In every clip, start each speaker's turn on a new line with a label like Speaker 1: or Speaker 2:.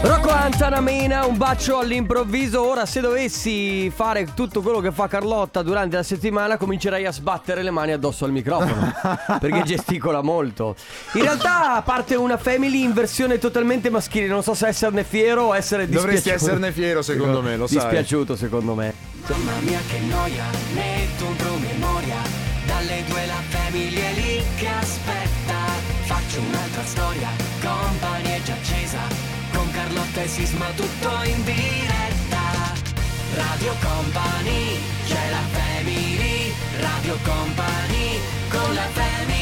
Speaker 1: Rocco Antanamena, un bacio all'improvviso. Ora, se dovessi fare tutto quello che fa Carlotta durante la settimana, comincerei a sbattere le mani addosso al microfono perché gesticola molto. In realtà, parte una family in versione totalmente maschile. Non so se esserne fiero o essere dispiaciuto.
Speaker 2: Dovresti esserne fiero, secondo me, lo sai.
Speaker 1: Dispiaciuto, secondo me.
Speaker 3: Mamma mia che noia, metto un promemoria Dalle due la famiglia è lì che aspetta Faccio un'altra storia, company è già accesa Con Carlotta e Sisma tutto in diretta Radio Company, c'è la family Radio Company, con la family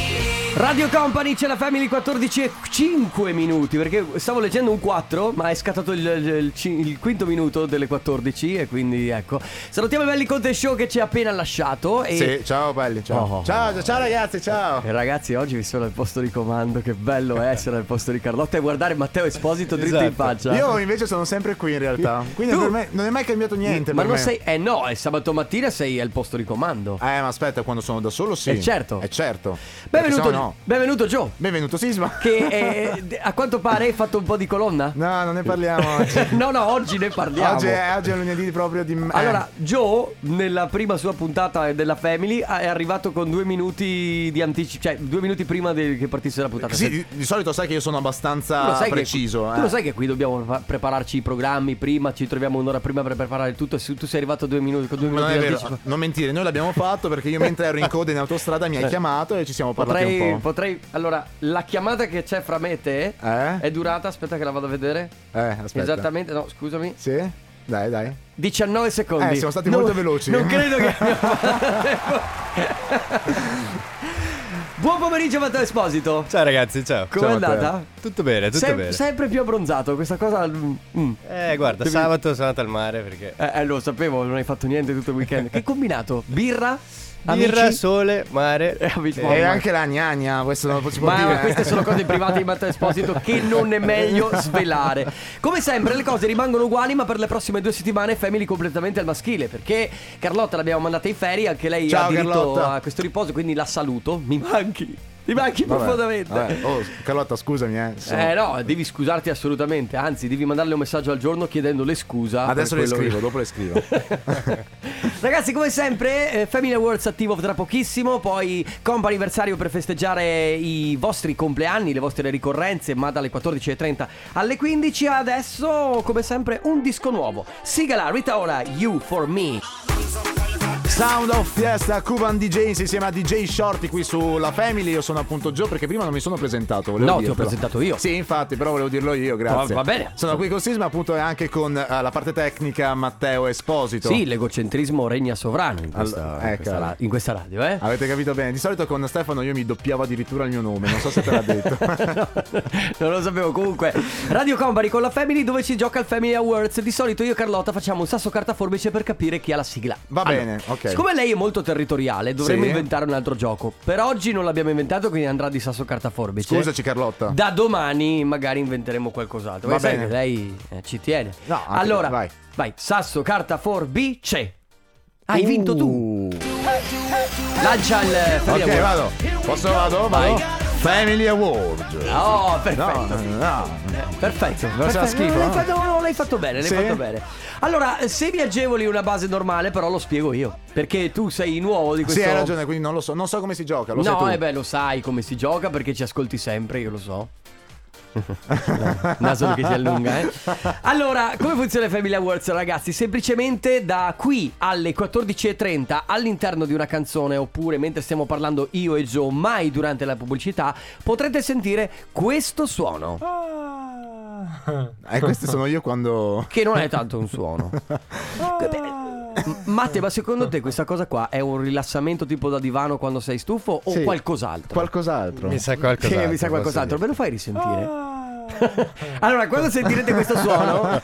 Speaker 1: Radio Company, c'è la Family 14 e 5 minuti perché stavo leggendo un 4 ma è scattato il, il- il cin- il quinto minuto delle 14 e quindi ecco salutiamo i belli Conte Show che ci ha appena lasciato e
Speaker 2: Sì, ciao belli, ciao.
Speaker 1: Oh.
Speaker 2: Ciao, ciao ragazzi, ciao.
Speaker 1: E ragazzi, oggi vi sono al posto di comando. Che bello essere al posto di Carlotta e guardare Matteo Esposito dritto in faccia.
Speaker 2: Esatto. Io invece sono sempre qui in realtà. Quindi
Speaker 1: Tu-
Speaker 2: per me non è mai cambiato niente.
Speaker 1: Ma
Speaker 2: per
Speaker 1: non
Speaker 2: me.
Speaker 1: sei. Eh no, è sabato mattina sei al posto di comando.
Speaker 2: Eh, ma aspetta, quando sono da solo sì.
Speaker 1: Eh, certo.
Speaker 2: Eh, certo. Perché
Speaker 1: Benvenuto,
Speaker 2: sennò no.
Speaker 1: benvenuto Joe.
Speaker 2: Benvenuto Sisma.
Speaker 1: Che eh, a quanto pare hai fatto un po' di colonna.
Speaker 2: No, non ne parliamo oggi.
Speaker 1: no, no, oggi ne parliamo.
Speaker 2: oggi, è, oggi è lunedì proprio di... eh.
Speaker 1: Allora, Joe, nella prima sua puntata della Family, è arrivato con due minuti di anticipo, cioè due minuti prima del- che partisse la puntata.
Speaker 2: Sì,
Speaker 1: Se-
Speaker 2: di, di solito sai che io sono
Speaker 1: tu lo
Speaker 2: abbastanza
Speaker 1: sai che-
Speaker 2: preciso.
Speaker 1: tu
Speaker 2: eh.
Speaker 1: lo sai che qui dobbiamo fa- prepararci i programmi prima, ci troviamo un'ora prima per preparare tutto. e se tu sei arrivato due minuti, con due
Speaker 2: Ma non
Speaker 1: minuti
Speaker 2: è
Speaker 1: di
Speaker 2: vero, ah,
Speaker 1: anticipo.
Speaker 2: non mentire, noi l'abbiamo fatto perché io mentre ero in coda in autostrada mi hai chiamato e ci siamo parlati
Speaker 1: Eh. Potrei,
Speaker 2: un po'.
Speaker 1: potrei. Allora, la chiamata che c'è fra me e te
Speaker 2: Eh?
Speaker 1: è durata. Aspetta, che la vado a vedere.
Speaker 2: Eh, aspetta.
Speaker 1: Esattamente, no, scusami.
Speaker 2: Sì? Dai, dai.
Speaker 1: 19 secondi.
Speaker 2: Eh, siamo stati molto veloci.
Speaker 1: Non credo che abbiamo Buon pomeriggio Matteo Esposito.
Speaker 4: Ciao ragazzi, ciao.
Speaker 1: Com'è
Speaker 2: Ciao, Matteo.
Speaker 1: andata?
Speaker 4: Tutto bene, tutto
Speaker 1: Sem-
Speaker 4: bene.
Speaker 1: Sempre più abbronzato, questa cosa. mm, mm.
Speaker 4: Eh, guarda,
Speaker 1: Devi-
Speaker 4: sabato sono andato al mare perché
Speaker 1: Eh, eh, lo sapevo, non hai fatto niente tutto il weekend. che combinato? Birra?
Speaker 4: birra,
Speaker 1: Amici?
Speaker 4: sole, mare.
Speaker 1: Eh, amici,
Speaker 2: E
Speaker 1: mamma.
Speaker 2: anche la gna gna, questo non lo si può
Speaker 1: Ma
Speaker 2: dire.
Speaker 1: queste sono cose private di Matteo Esposito che non è meglio svelare. Come sempre, le cose rimangono uguali, ma per le prossime due settimane Family completamente al maschile. Perché Carlotta l'abbiamo mandata in ferie, anche lei ha
Speaker 2: Ciao,
Speaker 1: diritto
Speaker 2: Carlotta.
Speaker 1: a questo riposo, quindi la saluto. Mi manchi, mi manchi
Speaker 2: Vabbè,
Speaker 1: profondamente.
Speaker 2: vabbè. Oh, Carlotta, scusami, eh. sono-
Speaker 1: Eh no, devi scusarti assolutamente, anzi devi mandarle un messaggio al giorno chiedendole scusa.
Speaker 2: Adesso
Speaker 1: per
Speaker 2: le
Speaker 1: quello che-
Speaker 2: scrivo, dopo le scrivo.
Speaker 1: Ragazzi, come sempre, eh, Family Awards attivo tra pochissimo, poi comp anniversario per festeggiare i vostri compleanni, le vostre ricorrenze, ma dalle 14.30 alle 15. Adesso, come sempre, un disco nuovo. Sigala Rita Ora, You For Me.
Speaker 2: Sound of Fiesta, Cuban DJs insieme a DJ Shorty qui sulla Family. Io sono appunto Joe perché prima non mi sono presentato. volevo
Speaker 1: No, ti ho
Speaker 2: dirtelo.
Speaker 1: presentato io.
Speaker 2: Sì, infatti, però volevo dirlo io, grazie.
Speaker 1: Va- va bene.
Speaker 2: Sono qui con Sisma appunto e anche con eh, la parte tecnica Matteo Esposito.
Speaker 1: Sì, l'egocentrismo regna sovrano in questa,
Speaker 2: Allora,
Speaker 1: in
Speaker 2: ecco.
Speaker 1: questa ra- in questa radio, eh.
Speaker 2: Avete capito bene? Di solito con Stefano io mi doppiavo addirittura il mio nome, non so se te l'ha detto.
Speaker 1: No, non lo sapevo comunque Radio Company con la Family dove si gioca il Family Awards Di solito io e Carlotta facciamo un sasso carta forbice per capire chi ha la sigla
Speaker 2: Va bene, ok.
Speaker 1: Siccome lei è molto territoriale dovremmo
Speaker 2: Sì.
Speaker 1: inventare un altro gioco Per oggi non l'abbiamo inventato quindi andrà di sasso carta forbice
Speaker 2: Scusaci Carlotta.
Speaker 1: Da domani magari inventeremo qualcos'altro
Speaker 2: Va
Speaker 1: perché sai
Speaker 2: bene.
Speaker 1: che lei eh, ci tiene
Speaker 2: No, anche-
Speaker 1: Allora,
Speaker 2: vai.
Speaker 1: vai, sasso carta forbice Hai
Speaker 2: Uh.
Speaker 1: vinto tu Lancia il Family
Speaker 2: Ok,
Speaker 1: Awards
Speaker 2: vado. Posso vado?
Speaker 1: Vai.
Speaker 2: Vado. Family Award.
Speaker 1: Oh,
Speaker 2: No,
Speaker 1: perfetto
Speaker 2: no.
Speaker 1: Perfetto,
Speaker 2: Non sarà
Speaker 1: perfetto.
Speaker 2: schifo,
Speaker 1: No, L'hai
Speaker 2: no?
Speaker 1: fatto, no, l'hai fatto bene, l'hai
Speaker 2: Sì?
Speaker 1: fatto bene. Allora, eh, se vi agevoli una base normale, però lo spiego io. Perché tu sei nuovo di questo.
Speaker 2: Sì, hai ragione, quindi non lo so, non so come si gioca, lo sai tu.
Speaker 1: no, eh beh, lo sai come si gioca perché ci ascolti sempre, io lo so. Naso che si allunga, eh. Allora, come funziona il Family Awards, ragazzi? Semplicemente da qui alle 14.30 all'interno di una canzone, oppure mentre stiamo parlando io e Joe, mai durante la pubblicità, potrete sentire questo suono.
Speaker 2: Eh, questi sono io quando
Speaker 1: Che non è tanto un suono. M- Matte, ma secondo te questa cosa qua è un rilassamento tipo da divano quando sei stufo o
Speaker 2: Sì.
Speaker 1: qualcos'altro?
Speaker 2: qualcos'altro.
Speaker 4: Mi sa qualcos'altro.
Speaker 1: Che mi sa
Speaker 4: posso
Speaker 1: qualcos'altro,
Speaker 4: dire.
Speaker 1: me lo fai risentire? allora, quando sentirete questo suono,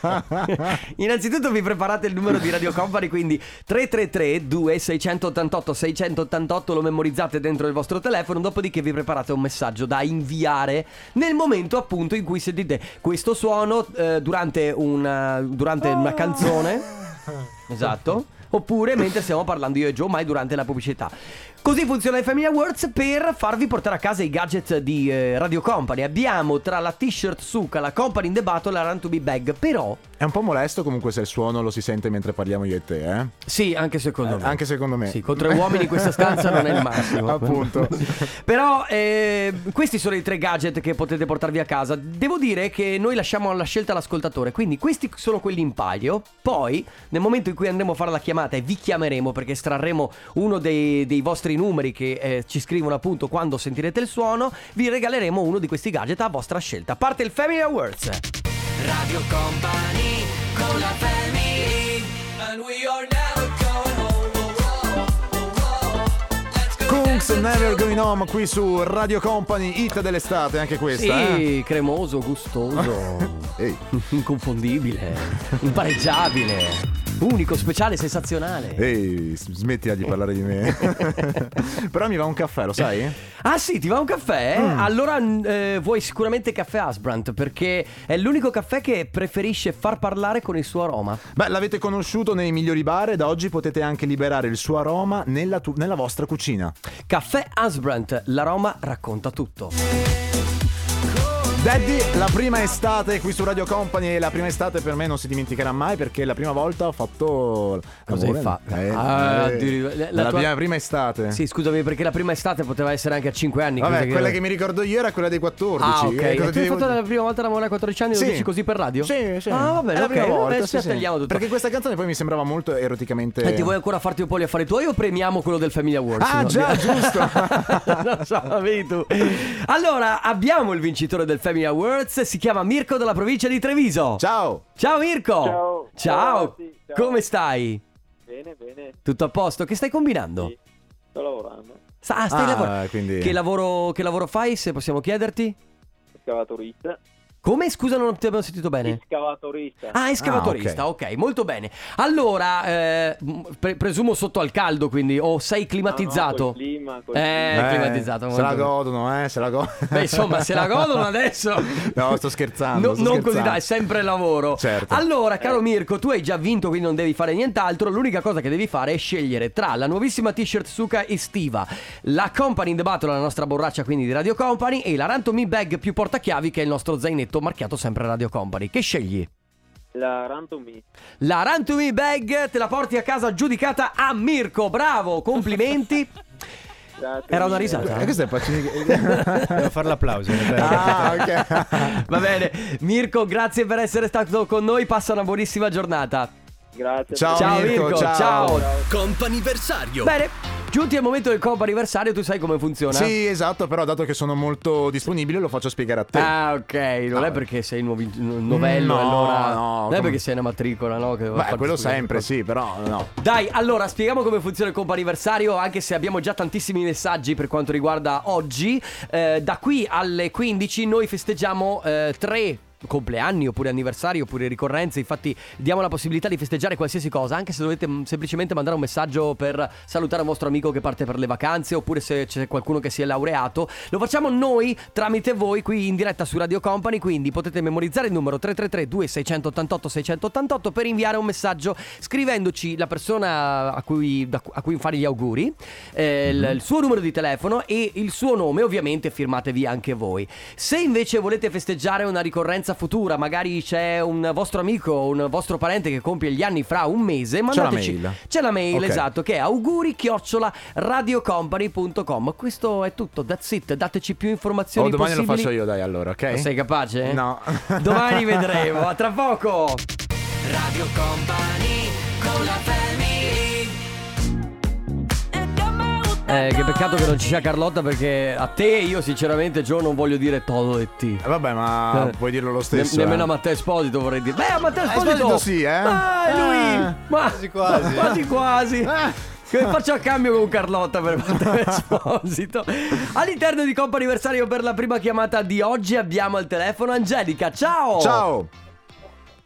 Speaker 1: innanzitutto vi preparate il numero di Radio Company, quindi 333-2688-688 lo memorizzate dentro il vostro telefono, dopodiché vi preparate un messaggio da inviare nel momento appunto in cui sentite questo suono eh, durante, una, durante una canzone. Esatto. Oppure mentre stiamo parlando io e Joe, mai durante la pubblicità. Così funziona il Family Awards per farvi portare a casa i gadget di eh, Radio Company. Abbiamo tra la t-shirt Suca, la Company in the Battle, la Run to be Bag. Però,
Speaker 2: È un po' molesto comunque se il suono lo si sente mentre parliamo io e te, eh?
Speaker 1: sì, anche secondo me.
Speaker 2: Anche secondo me.
Speaker 1: Sì, con tre uomini in questa stanza non è il massimo.
Speaker 2: Appunto.
Speaker 1: Però eh, questi sono i tre gadget che potete portarvi a casa. Devo dire che noi lasciamo alla scelta l'ascoltatore, quindi questi sono quelli in palio. Poi, nel momento in cui andremo a fare la chiamata e vi chiameremo perché estrarremo uno dei, dei vostri numeri che eh, ci scrivono appunto quando sentirete il suono, vi regaleremo uno di questi gadget a vostra scelta. Parte il Family Awards.
Speaker 3: Radio Company con la family And we are never going home oh, oh, oh, oh. Let's go
Speaker 2: Kungs
Speaker 3: dancing
Speaker 2: Never
Speaker 3: to
Speaker 2: Going Home qui su Radio Company, hit dell'estate anche questa. eh?
Speaker 1: Sì, cremoso, gustoso.
Speaker 2: Ehi.
Speaker 1: Inconfondibile, impareggiabile, unico, speciale, sensazionale.
Speaker 2: Ehi, s- smettila di parlare di me. Però mi va un caffè, lo sai? Mm.
Speaker 1: Ah sì, ti va un caffè? Allora n- eh, vuoi sicuramente caffè Asbrandt perché è l'unico caffè che preferisce far parlare con il suo aroma.
Speaker 2: Beh, l'avete conosciuto nei migliori bar e da oggi potete anche liberare il suo aroma nella, tu- nella vostra cucina.
Speaker 1: Caffè Asbrandt, l'aroma racconta tutto.
Speaker 2: Daddy, la prima estate qui su Radio Company e la prima estate per me non si dimenticherà mai perché la prima volta ho fatto...
Speaker 1: Cosa hai
Speaker 2: l'amore.
Speaker 1: fatto?
Speaker 2: Eh,
Speaker 1: Ah,
Speaker 2: eh,
Speaker 1: addirittura- la- la
Speaker 2: la
Speaker 1: tua-
Speaker 2: mia prima estate.
Speaker 1: Sì, scusami perché la prima estate poteva essere anche a 5 anni.
Speaker 2: Vabbè,
Speaker 1: cosa
Speaker 2: quella che mi ricordo io era quella dei 14.
Speaker 1: Ah, ok. E tu
Speaker 2: eh, cosa ti
Speaker 1: hai
Speaker 2: devo
Speaker 1: fatto
Speaker 2: dire?
Speaker 1: la prima volta l'amore a 14 anni e lo dici così per radio?
Speaker 2: Sì, sì.
Speaker 1: Ah, va
Speaker 2: È
Speaker 1: bene,
Speaker 2: la
Speaker 1: ok.
Speaker 2: prima volta,
Speaker 1: Vabbè,
Speaker 2: sì, sì.
Speaker 1: tagliamo tutto.
Speaker 2: Perché questa canzone poi mi sembrava molto eroticamente.
Speaker 1: E ti vuoi ancora farti un po' gli affari tuoi o premiamo quello del Family Awards?
Speaker 2: Ah,
Speaker 1: No,
Speaker 2: già,
Speaker 1: abbiamo-
Speaker 2: giusto.
Speaker 1: non so, vabbè tu. Allora, abbiamo il vincitore del Family Awards, si chiama Mirko della provincia di Treviso.
Speaker 2: Ciao.
Speaker 1: Ciao Mirko!
Speaker 5: Ciao.
Speaker 1: Ciao.
Speaker 5: Ciao, sì, ciao.
Speaker 1: Come stai?
Speaker 5: Bene, bene,
Speaker 1: Tutto a posto? Che stai combinando?
Speaker 5: Sì. sto lavorando.
Speaker 1: Sa- Ah, stai
Speaker 2: Ah,
Speaker 1: lavorando.
Speaker 2: quindi-
Speaker 1: Che lavoro, che lavoro fai, se possiamo chiederti?
Speaker 5: Scavatorista.
Speaker 1: Come? Scusa, non ti abbiamo sentito bene.
Speaker 5: Scavatorista.
Speaker 1: Ah, è scavatorista,
Speaker 2: Ah,
Speaker 1: ok, molto bene. Allora, eh, m- pre- presumo sotto al caldo, quindi, o sei climatizzato?
Speaker 5: col clima, col
Speaker 1: eh,
Speaker 2: Beh,
Speaker 1: climatizzato.
Speaker 2: Se
Speaker 1: molto
Speaker 2: la
Speaker 1: bene.
Speaker 2: godono, eh, se la godono.
Speaker 1: Beh, insomma, se la godono adesso.
Speaker 2: No, sto scherzando.
Speaker 1: No,
Speaker 2: sto
Speaker 1: non
Speaker 2: scherzando.
Speaker 1: così, dai, è sempre lavoro.
Speaker 2: Certo.
Speaker 1: Allora, caro Mirko, tu hai già vinto, quindi non devi fare nient'altro. L'unica cosa che devi fare è scegliere tra la nuovissima t-shirt Suka estiva, la Company in the Battle, la nostra borraccia quindi di Radio Company, e la Rantomy Bag più portachiavi, che è il nostro zainetto marchiato sempre Radio Company. Che scegli?
Speaker 5: La Rantom Me.
Speaker 1: La Rantomy Bag te la porti a casa giudicata a Mirko. Bravo, complimenti.
Speaker 5: Grazie
Speaker 1: Era una
Speaker 5: mille.
Speaker 1: risata.
Speaker 2: Eh, questo è Pacini.
Speaker 4: Devo fare l'applauso. in realtà.
Speaker 2: ah, ok.
Speaker 1: Va bene, Mirko, grazie per essere stato con noi. Passa una buonissima giornata.
Speaker 5: Grazie.
Speaker 2: Ciao,
Speaker 1: Ciao
Speaker 2: Mirko,
Speaker 1: Mirko, ciao.
Speaker 2: ciao.
Speaker 3: Comp'anniversario
Speaker 1: Bene, giunti al momento del comp anniversario, tu sai come funziona?
Speaker 2: Sì, esatto, però dato che sono molto disponibile lo faccio spiegare a te.
Speaker 1: Ah, ok, non
Speaker 2: No.
Speaker 1: è perché sei nuovi- n- novello,
Speaker 2: No,
Speaker 1: allora.
Speaker 2: no,
Speaker 1: non è
Speaker 2: come-
Speaker 1: perché sei una matricola, no? Che
Speaker 2: Beh, quello sempre, sì, però no.
Speaker 1: Dai, allora spieghiamo come funziona il comp anniversario, anche se abbiamo già tantissimi messaggi per quanto riguarda oggi. Eh, da qui alle 15 noi festeggiamo eh, tre compleanni oppure anniversari oppure ricorrenze, infatti diamo la possibilità di festeggiare qualsiasi cosa, anche se dovete mh, semplicemente mandare un messaggio per salutare un vostro amico che parte per le vacanze oppure se c'è qualcuno che si è laureato, lo facciamo noi tramite voi qui in diretta su Radio Company, quindi potete memorizzare il numero 333 2688 688 per inviare un messaggio scrivendoci la persona a cui, da- a cui fare gli auguri, eh,
Speaker 2: Mm-hmm.
Speaker 1: il- il suo numero di telefono e il suo nome, ovviamente firmatevi anche voi. Se invece volete festeggiare una ricorrenza futura, magari c'è un vostro amico o un vostro parente che compie gli anni fra un mese,
Speaker 2: C'è la
Speaker 1: mandateci
Speaker 2: mail.
Speaker 1: C'è la mail,
Speaker 2: Ok.
Speaker 1: esatto, che è auguri chiocciola radiocompany.com. Questo è tutto, that's it. Dateci più
Speaker 2: O
Speaker 1: informazioni
Speaker 2: Oh, domani lo
Speaker 1: possibili.
Speaker 2: faccio io, dai, allora, ok?
Speaker 1: Ma Sei capace?
Speaker 2: No.
Speaker 1: Domani vedremo, a tra poco.
Speaker 3: Radio Company con la family
Speaker 1: Eh, che peccato che non ci sia Carlotta perché a te io sinceramente Gio non voglio dire todo e ti.
Speaker 2: Eh, Vabbè, ma
Speaker 1: Eh.
Speaker 2: puoi dirlo lo stesso.
Speaker 1: Ne- nemmeno
Speaker 2: eh.
Speaker 1: a Matteo Esposito vorrei dire. Beh, a Matteo
Speaker 2: Eh,
Speaker 1: Esposito.
Speaker 2: Esposito sì, eh.
Speaker 1: Ah, è lui.
Speaker 2: Eh,
Speaker 1: Ma-
Speaker 4: quasi quasi.
Speaker 1: Quasi quasi.
Speaker 2: Ah.
Speaker 1: Che Faccio a cambio con Carlotta per Matteo Esposito. All'interno di Coppa Anniversario per la prima chiamata di oggi abbiamo al telefono Angelica. Ciao.
Speaker 2: Ciao.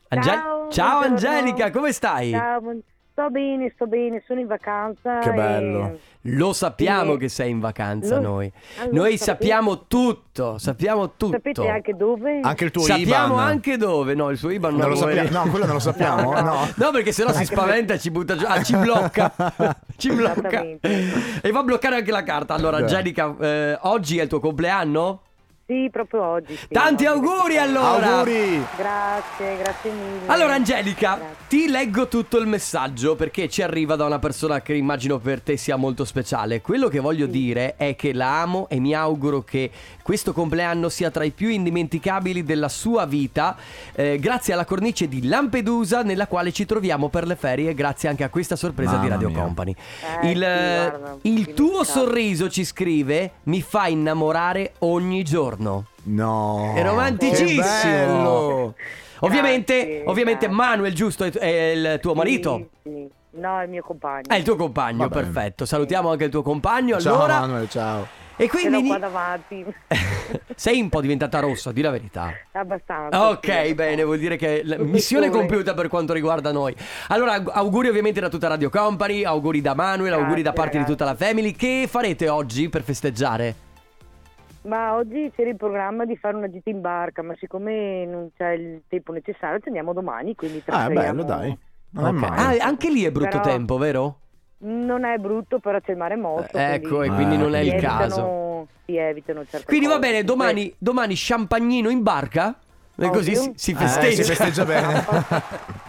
Speaker 1: Angel-
Speaker 6: Ciao,
Speaker 1: Ciao
Speaker 6: buongiorno.
Speaker 1: Angelica, come stai?
Speaker 6: Ciao, buon- Sto bene, sto bene, sono in vacanza.
Speaker 1: Che
Speaker 6: e-
Speaker 1: bello. Lo sappiamo
Speaker 6: Sì.
Speaker 1: che sei in vacanza
Speaker 6: Lo-
Speaker 1: noi.
Speaker 6: Allora,
Speaker 1: Noi
Speaker 6: sapete-
Speaker 1: sappiamo tutto, sappiamo tutto.
Speaker 6: Sapete anche dove?
Speaker 2: Anche il tuo
Speaker 1: sappiamo
Speaker 2: IBAN.
Speaker 1: anche dove, no, il suo IBAN
Speaker 2: Non
Speaker 1: non
Speaker 2: lo sappiamo. No, quello non lo sappiamo.
Speaker 6: No, no.
Speaker 2: no.
Speaker 1: No, perché sennò si spaventa e ci butta giù. Ah, ci blocca. ci blocca.
Speaker 6: Esattamente.
Speaker 1: E va a bloccare anche la carta. Allora,
Speaker 2: Beh.
Speaker 1: Angelica, eh, oggi è il tuo compleanno?
Speaker 6: Sì, proprio oggi. sì,
Speaker 1: Tanti
Speaker 6: oggi.
Speaker 1: auguri allora.
Speaker 2: Auguri.
Speaker 6: Grazie, grazie mille.
Speaker 1: Allora Angelica,
Speaker 6: Grazie.
Speaker 1: ti leggo tutto il messaggio perché ci arriva da una persona che immagino per te sia molto speciale. Quello che
Speaker 6: Mm.
Speaker 1: voglio dire è che la amo e mi auguro che questo compleanno sia tra i più indimenticabili della sua vita, eh, grazie alla cornice di Lampedusa nella quale ci troviamo per le ferie, grazie anche a questa sorpresa di
Speaker 2: Mamma
Speaker 1: Radio
Speaker 2: mia.
Speaker 1: Company.
Speaker 6: Eh,
Speaker 1: il
Speaker 6: sì, guarda,
Speaker 1: il tuo
Speaker 6: indimenticabile.
Speaker 1: sorriso ci scrive, mi fa innamorare ogni giorno.
Speaker 2: No.
Speaker 1: È romanticissimo.
Speaker 2: Che bello.
Speaker 1: Ovviamente,
Speaker 6: Grazie,
Speaker 1: ovviamente
Speaker 6: grazie.
Speaker 1: Manuel, giusto, è, è il tuo
Speaker 6: Sì,
Speaker 1: marito.
Speaker 6: sì. No, è il mio compagno.
Speaker 1: È il tuo compagno,
Speaker 2: Vabbè.
Speaker 1: perfetto. Salutiamo anche il tuo compagno.
Speaker 2: Ciao
Speaker 1: allora,
Speaker 2: Manuel, ciao.
Speaker 1: e
Speaker 6: Ce l'ho
Speaker 1: quindi
Speaker 6: qua davanti.
Speaker 1: sei un po' diventata rossa, di la verità.
Speaker 6: Abbastanza.
Speaker 1: Ah, Ok,
Speaker 6: sì,
Speaker 1: bene, vuol dire che la
Speaker 6: Professore.
Speaker 1: missione compiuta per quanto riguarda noi. Allora, aug- auguri ovviamente da tutta Radio Company, auguri da Manuel, auguri
Speaker 6: Grazie,
Speaker 1: da parte di
Speaker 6: ragazzi.
Speaker 1: tutta la family. Che farete oggi per festeggiare?
Speaker 6: Ma oggi c'era il programma di fare una gita in barca, ma siccome non c'è il tempo necessario, ci andiamo domani, quindi
Speaker 2: Ah, è
Speaker 6: trasferiamo-
Speaker 2: bello, dai. Non
Speaker 1: Ok.
Speaker 2: è male.
Speaker 1: Ah, anche lì è brutto
Speaker 6: Però-
Speaker 1: tempo, vero?
Speaker 6: Non è brutto, però c'è il mare mosso.
Speaker 1: Eh, ecco, e quindi
Speaker 2: Ah,
Speaker 1: non è
Speaker 6: si
Speaker 1: il
Speaker 6: evitano-
Speaker 1: caso.
Speaker 6: Si evitano certe
Speaker 1: Quindi va
Speaker 6: cose.
Speaker 1: bene, domani, domani champagnino in barca? E così
Speaker 6: Ovvio.
Speaker 1: si, si
Speaker 2: Eh,
Speaker 1: festeggia.
Speaker 2: si festeggia bene.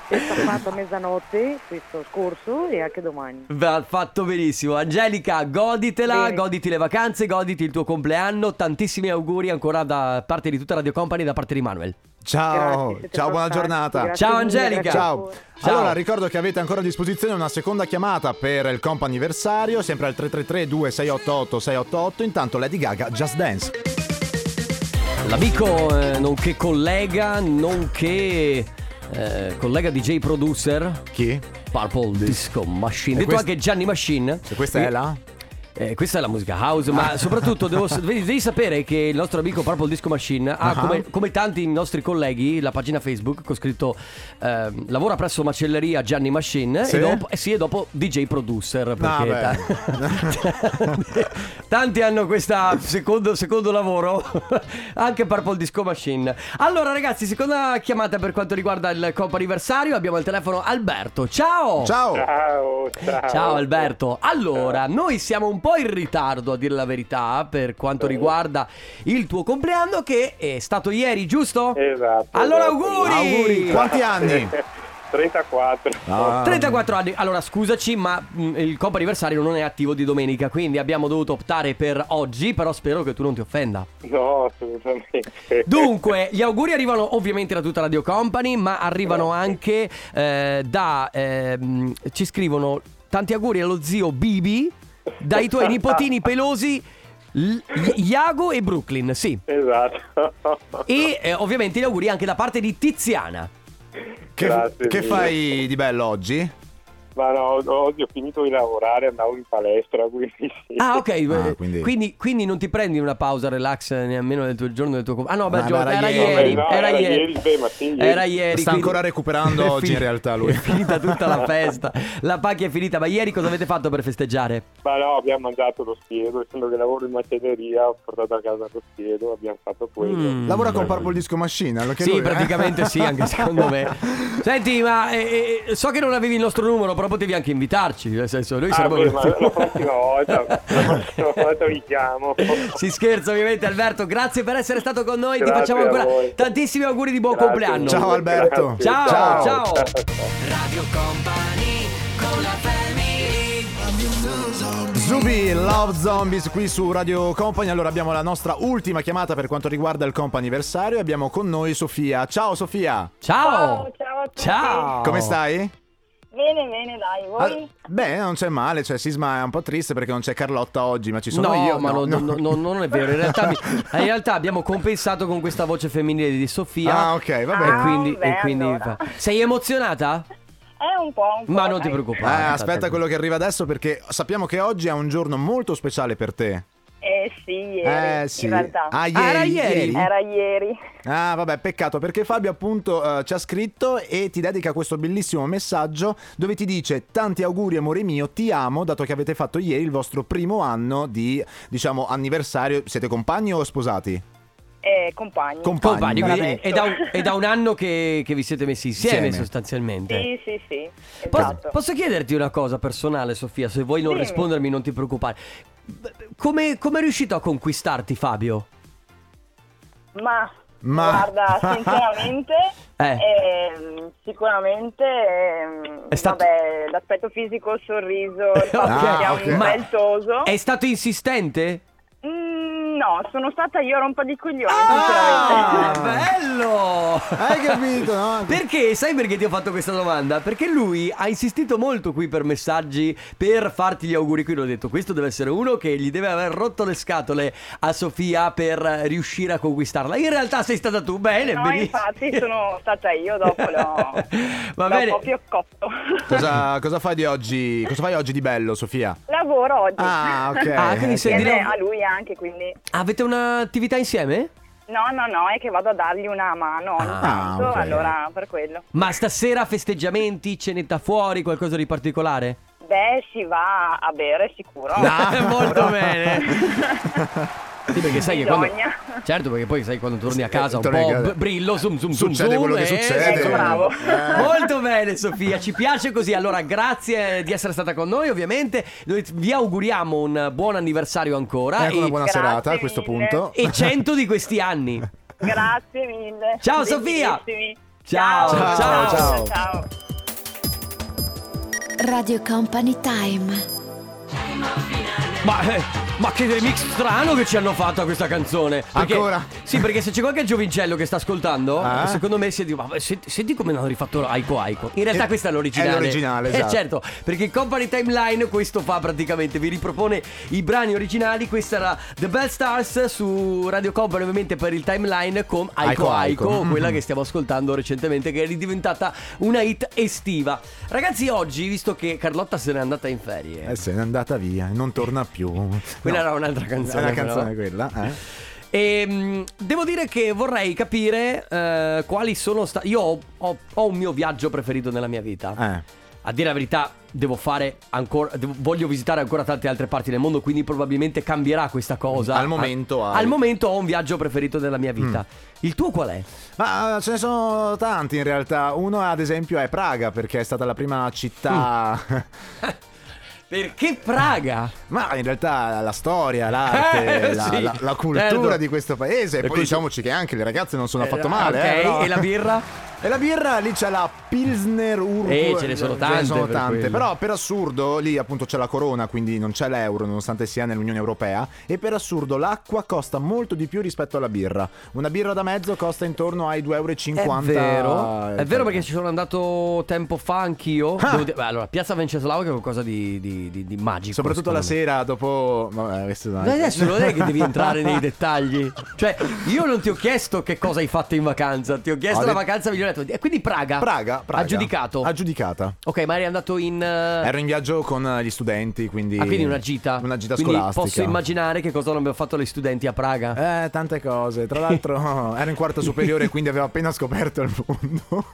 Speaker 6: È fatto a mezzanotte questo scorso e anche domani.
Speaker 1: Va fatto benissimo. Angelica, goditela,
Speaker 6: Bene.
Speaker 1: goditi le vacanze, goditi il tuo compleanno. Tantissimi auguri ancora da parte di tutta Radio Company e da parte di Manuel.
Speaker 2: Ciao,
Speaker 6: Grazie, siete
Speaker 2: ciao, buona
Speaker 6: fantastici,
Speaker 2: giornata.
Speaker 6: grazie
Speaker 1: Ciao,
Speaker 6: mille,
Speaker 1: Angelica.
Speaker 6: grazie a
Speaker 2: Ciao.
Speaker 6: voi.
Speaker 1: Ciao.
Speaker 2: Allora, ricordo che avete ancora a disposizione una seconda chiamata per il comp anniversario, sempre al 333 2688 688. Intanto Lady Gaga Just Dance.
Speaker 1: L'amico, eh, nonché collega, nonché eh, collega DJ producer.
Speaker 2: Chi?
Speaker 1: Purple Disco Machine.
Speaker 2: E
Speaker 1: Detto
Speaker 2: quest-
Speaker 1: anche Gianni Machine.
Speaker 2: Se questa è la
Speaker 1: Eh, questa è la musica house,
Speaker 2: Ah.
Speaker 1: ma soprattutto devo, devi, devi sapere che il nostro amico Purple Disco Machine ha,
Speaker 2: Ah.
Speaker 1: come, come tanti nostri colleghi, la pagina Facebook con scritto ehm, lavora presso Macelleria Gianni Machine
Speaker 2: Sì? Ah,
Speaker 1: e, dopo, eh sì, e dopo DJ Producer. Perché
Speaker 2: beh.
Speaker 1: ta- tanti hanno questo secondo, secondo lavoro, anche Purple Disco Machine. Allora ragazzi, seconda chiamata per quanto riguarda il compo anniversario, abbiamo al telefono Alberto. Ciao!
Speaker 2: Ciao.
Speaker 5: Ciao, ciao.
Speaker 1: Ciao Alberto, allora noi siamo un po' in ritardo a dire la verità per quanto riguarda il tuo compleanno che è stato ieri, giusto?
Speaker 5: Esatto.
Speaker 1: Allora
Speaker 5: esatto.
Speaker 1: auguri!
Speaker 2: Auguri. Quanti anni?
Speaker 5: 34.
Speaker 2: Ah.
Speaker 1: 34 anni, allora scusaci ma mh, il compo anniversario non è attivo di domenica quindi abbiamo dovuto optare per oggi però spero che tu non ti offenda
Speaker 5: No, assolutamente.
Speaker 1: Dunque gli auguri arrivano ovviamente da tutta Radio Company ma arrivano anche eh, da, ehm, ci scrivono tanti auguri allo zio Bibi dai tuoi nipotini pelosi L- Iago e Brooklyn, sì.
Speaker 5: Esatto.
Speaker 1: E eh, ovviamente gli auguri anche da parte di Tiziana.
Speaker 2: Che,
Speaker 5: Grazie
Speaker 2: che
Speaker 5: mille.
Speaker 2: fai di bello oggi?
Speaker 5: Ma no, oggi ho finito di lavorare, andavo in palestra, quindi sì.
Speaker 1: Ah, ok.
Speaker 2: Ah,
Speaker 1: eh,
Speaker 2: quindi-
Speaker 1: quindi... quindi non ti prendi una pausa relax eh, nemmeno nel tuo giorno del tuo compagno. Ah, no, beh,
Speaker 2: Ah,
Speaker 1: gio-
Speaker 2: ma
Speaker 1: era,
Speaker 2: era
Speaker 1: ieri.
Speaker 2: ieri.
Speaker 5: No,
Speaker 1: era
Speaker 5: era
Speaker 1: ieri.
Speaker 5: ieri, beh, ma sì, ieri.
Speaker 1: Era ieri,
Speaker 2: Sta
Speaker 1: quindi-
Speaker 2: ancora recuperando
Speaker 1: È
Speaker 2: oggi in
Speaker 1: finita-
Speaker 2: realtà lui.
Speaker 1: È finita tutta la festa. La pacchia è finita. Ma ieri cosa avete fatto per festeggiare?
Speaker 5: Ma no, abbiamo mangiato lo spiedo, essendo che lavoro in macelleria, ho portato a casa lo spiedo, abbiamo fatto quello.
Speaker 1: Mm.
Speaker 2: Lavora con Purple Disco Machine. allora che
Speaker 1: sì,
Speaker 2: lui, eh?
Speaker 1: praticamente sì, anche secondo me. Senti, ma eh, eh, so che non avevi il nostro numero, però potevi anche invitarci. Nel senso, noi
Speaker 5: Ah,
Speaker 1: saremmo
Speaker 5: beh, ma
Speaker 1: venuti-
Speaker 5: la prossima volta, la prossima volta vi chiamo.
Speaker 1: Si scherza ovviamente Alberto, grazie per essere stato con noi, ti
Speaker 5: Grazie
Speaker 1: facciamo
Speaker 5: a
Speaker 1: ancora
Speaker 5: voi.
Speaker 1: tantissimi auguri di buon
Speaker 5: Grazie
Speaker 1: compleanno.
Speaker 5: mille,
Speaker 2: Ciao, Alberto.
Speaker 5: grazie.
Speaker 1: Ciao, ciao.
Speaker 3: Radio Company con la family
Speaker 2: Zubi Love Zombies qui su Radio Company. Allora abbiamo la nostra ultima chiamata per quanto riguarda il comp anniversario. Abbiamo con noi Sofia. Ciao Sofia,
Speaker 1: Ciao.
Speaker 7: Ciao, ciao a tutti.
Speaker 1: Ciao.
Speaker 2: come stai?
Speaker 7: Bene, bene,
Speaker 1: Ah.
Speaker 7: dai, voi?
Speaker 2: Al- beh, non c'è male, cioè Sisma è un po' triste perché non c'è Carlotta oggi, ma ci sono
Speaker 1: no,
Speaker 2: io.
Speaker 1: ma no, no, no, no, non è vero. In realtà, mi- in realtà abbiamo compensato con questa voce femminile di Sofia.
Speaker 2: Ah, ok, va bene.
Speaker 1: E quindi,
Speaker 7: Ah,
Speaker 1: e quindi-
Speaker 7: beh, allora.
Speaker 1: sei emozionata?
Speaker 7: È un po', un po'.
Speaker 1: Ma non ti
Speaker 7: dai.
Speaker 1: preoccupare.
Speaker 2: Eh, aspetta quello che arriva adesso perché sappiamo che oggi è un giorno molto speciale per te.
Speaker 7: Eh sì, ieri.
Speaker 2: Eh, sì.
Speaker 7: In realtà.
Speaker 2: Ah, ieri,
Speaker 1: Ah, era ieri?
Speaker 7: Era ieri.
Speaker 2: Ah, vabbè, peccato perché Fabio appunto eh, ci ha scritto e ti dedica questo bellissimo messaggio dove ti dice tanti auguri amore mio, ti amo, dato che avete fatto ieri il vostro primo anno di, diciamo, anniversario. Siete compagni o sposati?
Speaker 7: Eh,
Speaker 2: Compagni.
Speaker 7: compagni.
Speaker 1: Compagni,
Speaker 7: Compagni,
Speaker 1: quindi è da un, è da un anno che, che vi siete messi insieme,
Speaker 2: Insieme.
Speaker 1: sostanzialmente.
Speaker 7: Sì, sì, sì.
Speaker 1: Po-
Speaker 7: Esatto.
Speaker 1: Eh. Posso chiederti una cosa personale, Sofia? Se vuoi non
Speaker 7: Dimmi.
Speaker 1: rispondermi, non ti preoccupare. B- Come, come è riuscito a conquistarti, Fabio?
Speaker 7: Ma,
Speaker 2: Ma-
Speaker 7: guarda, sinceramente,
Speaker 1: Eh.
Speaker 7: ehm, sicuramente, ehm,
Speaker 1: È stato-
Speaker 7: vabbè, l'aspetto fisico, il sorriso, il fatto
Speaker 2: Ah,
Speaker 7: che sia
Speaker 2: ok.
Speaker 7: un
Speaker 1: Ma
Speaker 7: bel toso.
Speaker 1: È stato insistente?
Speaker 7: Mm, no, sono stata io rompa di coglioni,
Speaker 2: Ah!
Speaker 7: sinceramente.
Speaker 1: bello!
Speaker 2: Hai capito, no?
Speaker 1: Perché, sai perché ti ho fatto questa domanda? Perché lui ha insistito molto qui per messaggi, per farti gli auguri. Qui l'ho detto, questo deve essere uno che gli deve aver rotto le scatole a Sofia per eh, riuscire a conquistarla. In realtà sei stata tu, bene,
Speaker 7: No,
Speaker 1: benissimo.
Speaker 7: infatti sono stata io, dopo l'ho,
Speaker 1: Va
Speaker 7: l'ho
Speaker 1: bene.
Speaker 7: proprio cotto.
Speaker 2: Cosa, cosa fai di oggi? Cosa fai oggi di bello, Sofia?
Speaker 7: Lavoro oggi.
Speaker 2: Ah, ok.
Speaker 1: Ah, quindi sei
Speaker 7: E
Speaker 1: di
Speaker 7: beh,
Speaker 1: lavoro-
Speaker 7: a lui anche, quindi...
Speaker 1: Avete un'attività insieme?
Speaker 7: No, no, no, è che vado a dargli una mano ogni
Speaker 1: Ah,
Speaker 7: tanto,
Speaker 2: ok.
Speaker 7: allora per quello.
Speaker 1: Ma stasera festeggiamenti, cenetta fuori, qualcosa di particolare?
Speaker 7: Beh, si va a bere sicuro.
Speaker 1: Ah, molto bene. Sì, perché sai che quando...
Speaker 7: Bisogna.
Speaker 1: Certo, perché poi sai quando torni a casa un
Speaker 2: eh, Torni a
Speaker 1: po'
Speaker 2: casa.
Speaker 1: b- brillo, zoom, zoom, zoom,
Speaker 2: Succede
Speaker 1: zoom,
Speaker 2: quello che
Speaker 1: eh,
Speaker 2: succede.
Speaker 1: sì,
Speaker 7: Ecco, Bravo.
Speaker 2: Eh.
Speaker 1: Molto bene Sofia, ci piace così. Allora, grazie di essere stata con noi, ovviamente. Noi vi auguriamo un buon anniversario ancora
Speaker 2: Ecco una buona
Speaker 7: Grazie
Speaker 2: serata a questo
Speaker 7: mille.
Speaker 2: punto.
Speaker 1: e 100 di questi anni.
Speaker 7: Grazie mille.
Speaker 1: Ciao, Sofia.
Speaker 7: Bellissimi.
Speaker 1: Ciao,
Speaker 2: ciao, ciao.
Speaker 7: ciao. ciao.
Speaker 8: Radio Company Time.
Speaker 1: Ma, eh, ma che remix strano che ci hanno fatto a questa canzone. Perché-
Speaker 2: Ancora?
Speaker 1: Sì, perché se c'è qualche giovincello che sta ascoltando,
Speaker 2: Ah.
Speaker 1: secondo me si dice, ma senti, senti come l'hanno rifatto Aiko Aiko. In realtà
Speaker 2: Eh,
Speaker 1: questa è l'originale.
Speaker 2: è l'originale, esatto.
Speaker 1: Eh certo, perché il Company Timeline questo fa praticamente, vi ripropone i brani originali. Questa era The Bell Stars su Radio Company ovviamente per il timeline con Aiko
Speaker 2: Aiko
Speaker 1: Aiko,
Speaker 2: Aiko. Mhm.
Speaker 1: quella che stiamo ascoltando recentemente che è ridiventata una hit estiva. Ragazzi, oggi, visto che Carlotta se n'è andata in ferie.
Speaker 2: Eh, se n'è andata via, non torna più.
Speaker 1: Quella
Speaker 2: No.
Speaker 1: era un'altra canzone.
Speaker 2: Era una
Speaker 1: però.
Speaker 2: canzone quella, eh?
Speaker 1: Ehm, devo dire che vorrei capire eh, quali sono stati. Io ho, ho- ho un mio viaggio preferito nella mia vita.
Speaker 2: Eh.
Speaker 1: A dire la verità, devo fare ancora. devo- voglio visitare ancora tante altre parti del mondo, quindi probabilmente cambierà questa cosa.
Speaker 2: Al momento
Speaker 1: A-
Speaker 2: hai- Mm.
Speaker 1: al momento ho un viaggio preferito della mia vita. Il tuo qual è?
Speaker 2: Ma eh, ce ne sono tanti in realtà. Uno, ad esempio, è Praga, perché è stata la prima città.
Speaker 1: Mm. Perché Praga?
Speaker 2: Ma in realtà la storia, l'arte,
Speaker 1: Eh,
Speaker 2: la,
Speaker 1: sì,
Speaker 2: la- la cultura
Speaker 1: certo.
Speaker 2: di questo paese. E
Speaker 1: Le
Speaker 2: poi
Speaker 1: cultu-
Speaker 2: diciamoci che anche le ragazze non sono
Speaker 1: Eh,
Speaker 2: affatto male. eh,
Speaker 1: ok,
Speaker 2: però-
Speaker 1: e la birra?
Speaker 2: E la birra lì c'è la Pilsner Urquell.
Speaker 1: Eh, ce ne sono tante per
Speaker 2: tante.
Speaker 1: quello.
Speaker 2: però per assurdo lì appunto c'è la corona, quindi non c'è l'euro, nonostante sia nell'Unione Europea. E per assurdo l'acqua costa molto di più rispetto alla birra. Una birra da mezzo costa intorno ai 2,50
Speaker 1: È
Speaker 2: euro.
Speaker 1: vero, è vero perché ci sono andato tempo fa anch'io.
Speaker 2: Ah!
Speaker 1: Devo dire- beh, allora, Piazza Venceslao che è qualcosa di, di- di- di magico.
Speaker 2: Soprattutto
Speaker 1: secondo
Speaker 2: la
Speaker 1: me.
Speaker 2: sera dopo... Vabbè, questo
Speaker 1: Ma adesso non è che devi entrare nei dettagli. Cioè, io non ti ho chiesto che cosa hai fatto in vacanza, ti ho chiesto
Speaker 2: Ho
Speaker 1: la
Speaker 2: detto-
Speaker 1: vacanza migliore. E quindi Praga.
Speaker 2: Praga, Praga.
Speaker 1: Ha giudicato.
Speaker 2: Aggiudicata.
Speaker 1: ok, ma eri andato in. eh,
Speaker 2: Ero in viaggio con eh, gli studenti, quindi...
Speaker 1: Ah, quindi una gita.
Speaker 2: Una gita
Speaker 1: Quindi
Speaker 2: scolastica.
Speaker 1: Posso immaginare che cosa non abbiamo fatto gli studenti a Praga.
Speaker 2: Eh, tante cose. Tra l'altro ero in quarta superiore, quindi avevo appena scoperto il mondo.